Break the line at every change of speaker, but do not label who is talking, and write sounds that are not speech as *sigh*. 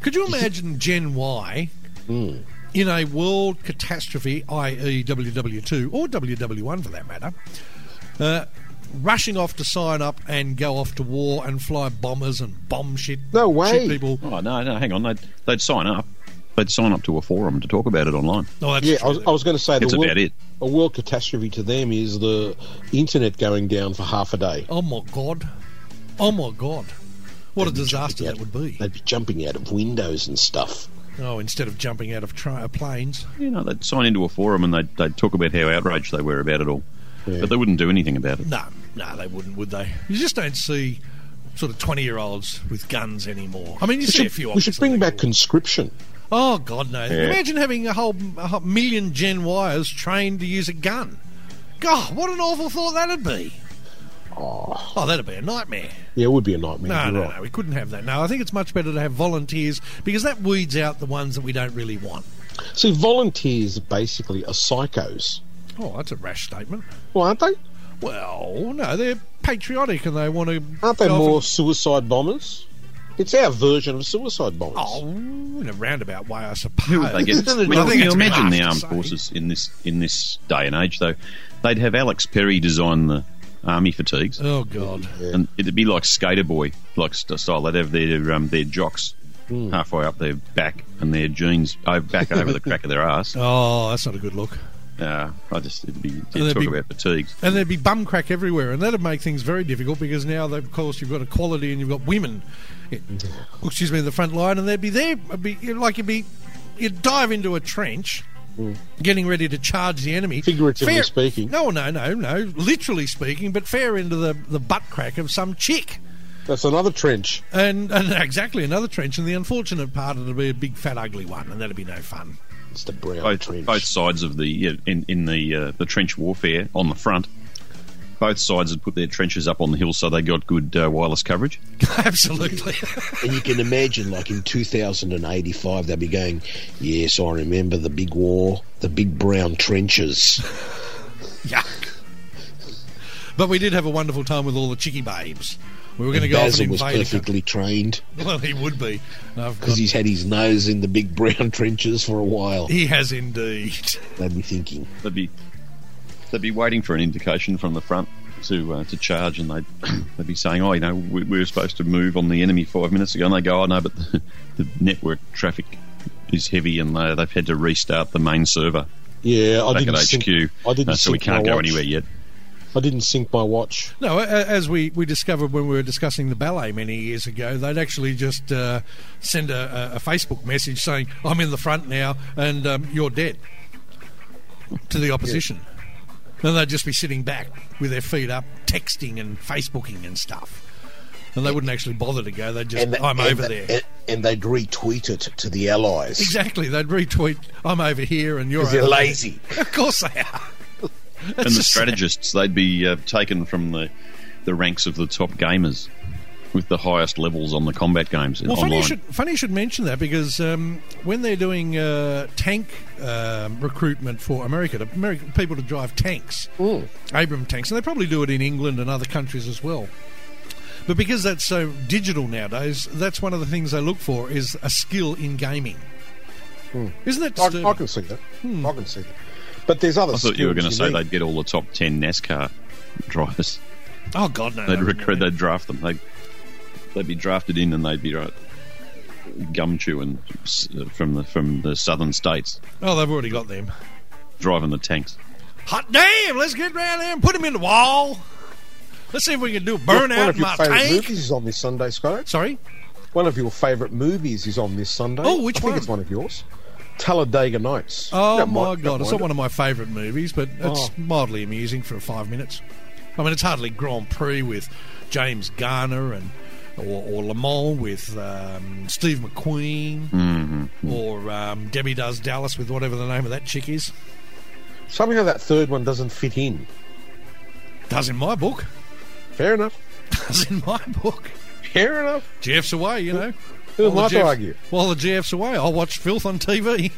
Could you imagine Gen Y
Hmm.
in a world catastrophe, i.e., WW2 or WW1 for that matter, uh, rushing off to sign up and go off to war and fly bombers and bomb shit?
No way.
Shoot people.
Oh no, no, hang on. They'd, they'd sign up. They'd sign up to a forum to talk about it online.
Oh, that's
Yeah, I
true.
was, I was going to say the
It's
world,
about it.
a world catastrophe to them is the internet going down for half a day.
Oh my god. Oh my god. What a disaster that would be.
They'd be jumping out of windows and stuff.
Oh, instead of jumping out of tra- uh, planes.
You know, they'd sign into a forum and they'd, they'd talk about how outraged they were about it all,
Yeah.
but they wouldn't do anything about it.
No, no, they wouldn't, would they? You just don't see sort of 20 year olds with guns anymore. I mean, you
We
see
should,
a few
we should
obviously.
bring back conscription.
Oh, God, no. Imagine having a whole, a whole million Gen Wires trained to use a gun. God, what an awful thought that'd be. Oh, that'd be a nightmare.
Yeah, it would be a nightmare.
No,
you're
no,
right.
no, we couldn't have that. No, I think it's much better to have volunteers because that weeds out the ones that we don't really want.
See, volunteers basically are psychos.
Oh, that's a rash statement.
Well, aren't they?
Well, no, they're patriotic and they want to.
Aren't they
go off
more
and-
suicide bombers? It's our version of suicide bombers.
Oh, in a roundabout way, I suppose.
Who would they get?
I
Well,
think
can you
it's
imagine
class
the
to
armed
say.
forces in this in this day and age, though. They'd have Alex Perry design the army fatigues,
Oh God.
and it'd be like Skater Boy, like st- style. They'd have their um, their jocks
Hmm.
halfway up their back and their jeans oh, back over the crack of
*laughs*
their ass.
Oh, that's not a good look.
Uh, I just it'd be it'd
they'd
talk
be-
about fatigues.
And there'd be bum crack everywhere, and that'd make things very difficult because now, of course, you've got equality and you've got women. It, excuse me, in the front line, and they'd be there, it'd be, you'd like you'd be, you'd dive into a trench, getting ready to charge the enemy.
Mm. Figuratively speaking.
No, no, no, no. Literally speaking, but fair into the the butt crack of some chick.
That's another trench.
And, and *laughs* exactly another trench, and the unfortunate part it'll be a big fat ugly one, and that'd be no fun. *laughs*
It's the brown
Both
trench.
both sides of the yeah, in in the uh, the trench warfare on the front. Both sides had put their trenches up on the hill so they got good uh, wireless coverage.
Absolutely.
And you can imagine, like in 2085, they'll be going, Yes, I remember the big war, the big brown trenches.
*laughs* Yuck. But we did have a wonderful time with all the chicky babes. We were going to go off
Basil
and
was
invade. a country.
perfectly trained
Well, he would be. No, I've
because
got-
he's had his nose in the big brown *laughs* trenches for a while.
he has indeed. *laughs*
They'd be thinking,
They'd be they'd be waiting for an indication from the front to uh, to charge, and they'd *coughs* they'd be saying, "Oh, you know, we, we were supposed to move on the enemy five minutes ago." And they go, "Oh no, but *laughs* the, the network traffic is heavy, and they, they've had to restart the main server
Yeah, I
back
didn't
at
sync,
HQ,
I didn't
uh, so we
sync my
can't go
watch.
anywhere yet."
I didn't sync my watch.
No, a- as we, we discovered when we were discussing the ballet many years ago, they'd actually just uh, send a, a- a Facebook message saying, I'm in the front now and um, you're dead to the opposition. And they'd just be sitting back with their feet up, texting and Facebooking and stuff. And they wouldn't actually bother to go. They'd just, I'm
and
over
the-
there.
And, and they'd retweet it to the allies.
Exactly. They'd retweet, I'm over here and you're
'Cause they're
over there."
lazy.
Of course they are. That's
*laughs* and the
just-
strategists they'd be uh, taken from the the ranks of the top gamers with the highest levels on the combat games in
Well, funny you,
online.
should, funny you should mention that because um, when they're doing uh, tank um, recruitment for America, to American people to drive tanks, Abram tanks, and they probably do it in England and other countries as well. But because that's so digital nowadays, that's one of the things they look for is a skill in gaming. Isn't that
I,
disturbing?
I can see that. I can see that. But there's other
I thought you were going to
skills
say
need.
they'd get all the top ten NASCAR drivers. *laughs*
Oh God, no!
They'd
no,
recruit.
no.
They'd draft them. They'd they'd be drafted in, and they'd be right gum chewing s- uh, from the from the southern states,
Oh, they've already got them.
driving the tanks.
Hot damn! Let's get round there and put him in the wall. Let's see if we can do a
Look, One
burnout
of
in
your
my
favourite
tank.
movies is on this Sunday, Scott.
Sorry.
One of your favourite movies is on this Sunday.
Oh, which
I think
one?
it's one of yours. Talladega Nights.
Oh
Don't
my
mind-
god,
don't
it's
mind
not one of my favourite movies, but it's
Oh.
mildly amusing for five minutes. I mean, it's hardly Grand Prix with James Garner and or, or Le Mans with um, Steve McQueen
Mm-hmm.
or um, Debbie Does Dallas with whatever the name of that chick is.
it. Somehow that third one doesn't fit in.
Does in my book. *laughs*
Fair enough.
Does in my book.
Fair enough.
GF's away, you know.
Who am
While
I
the
to
GF
argue?
*laughs* While the GF's away, I'll watch filth on TV.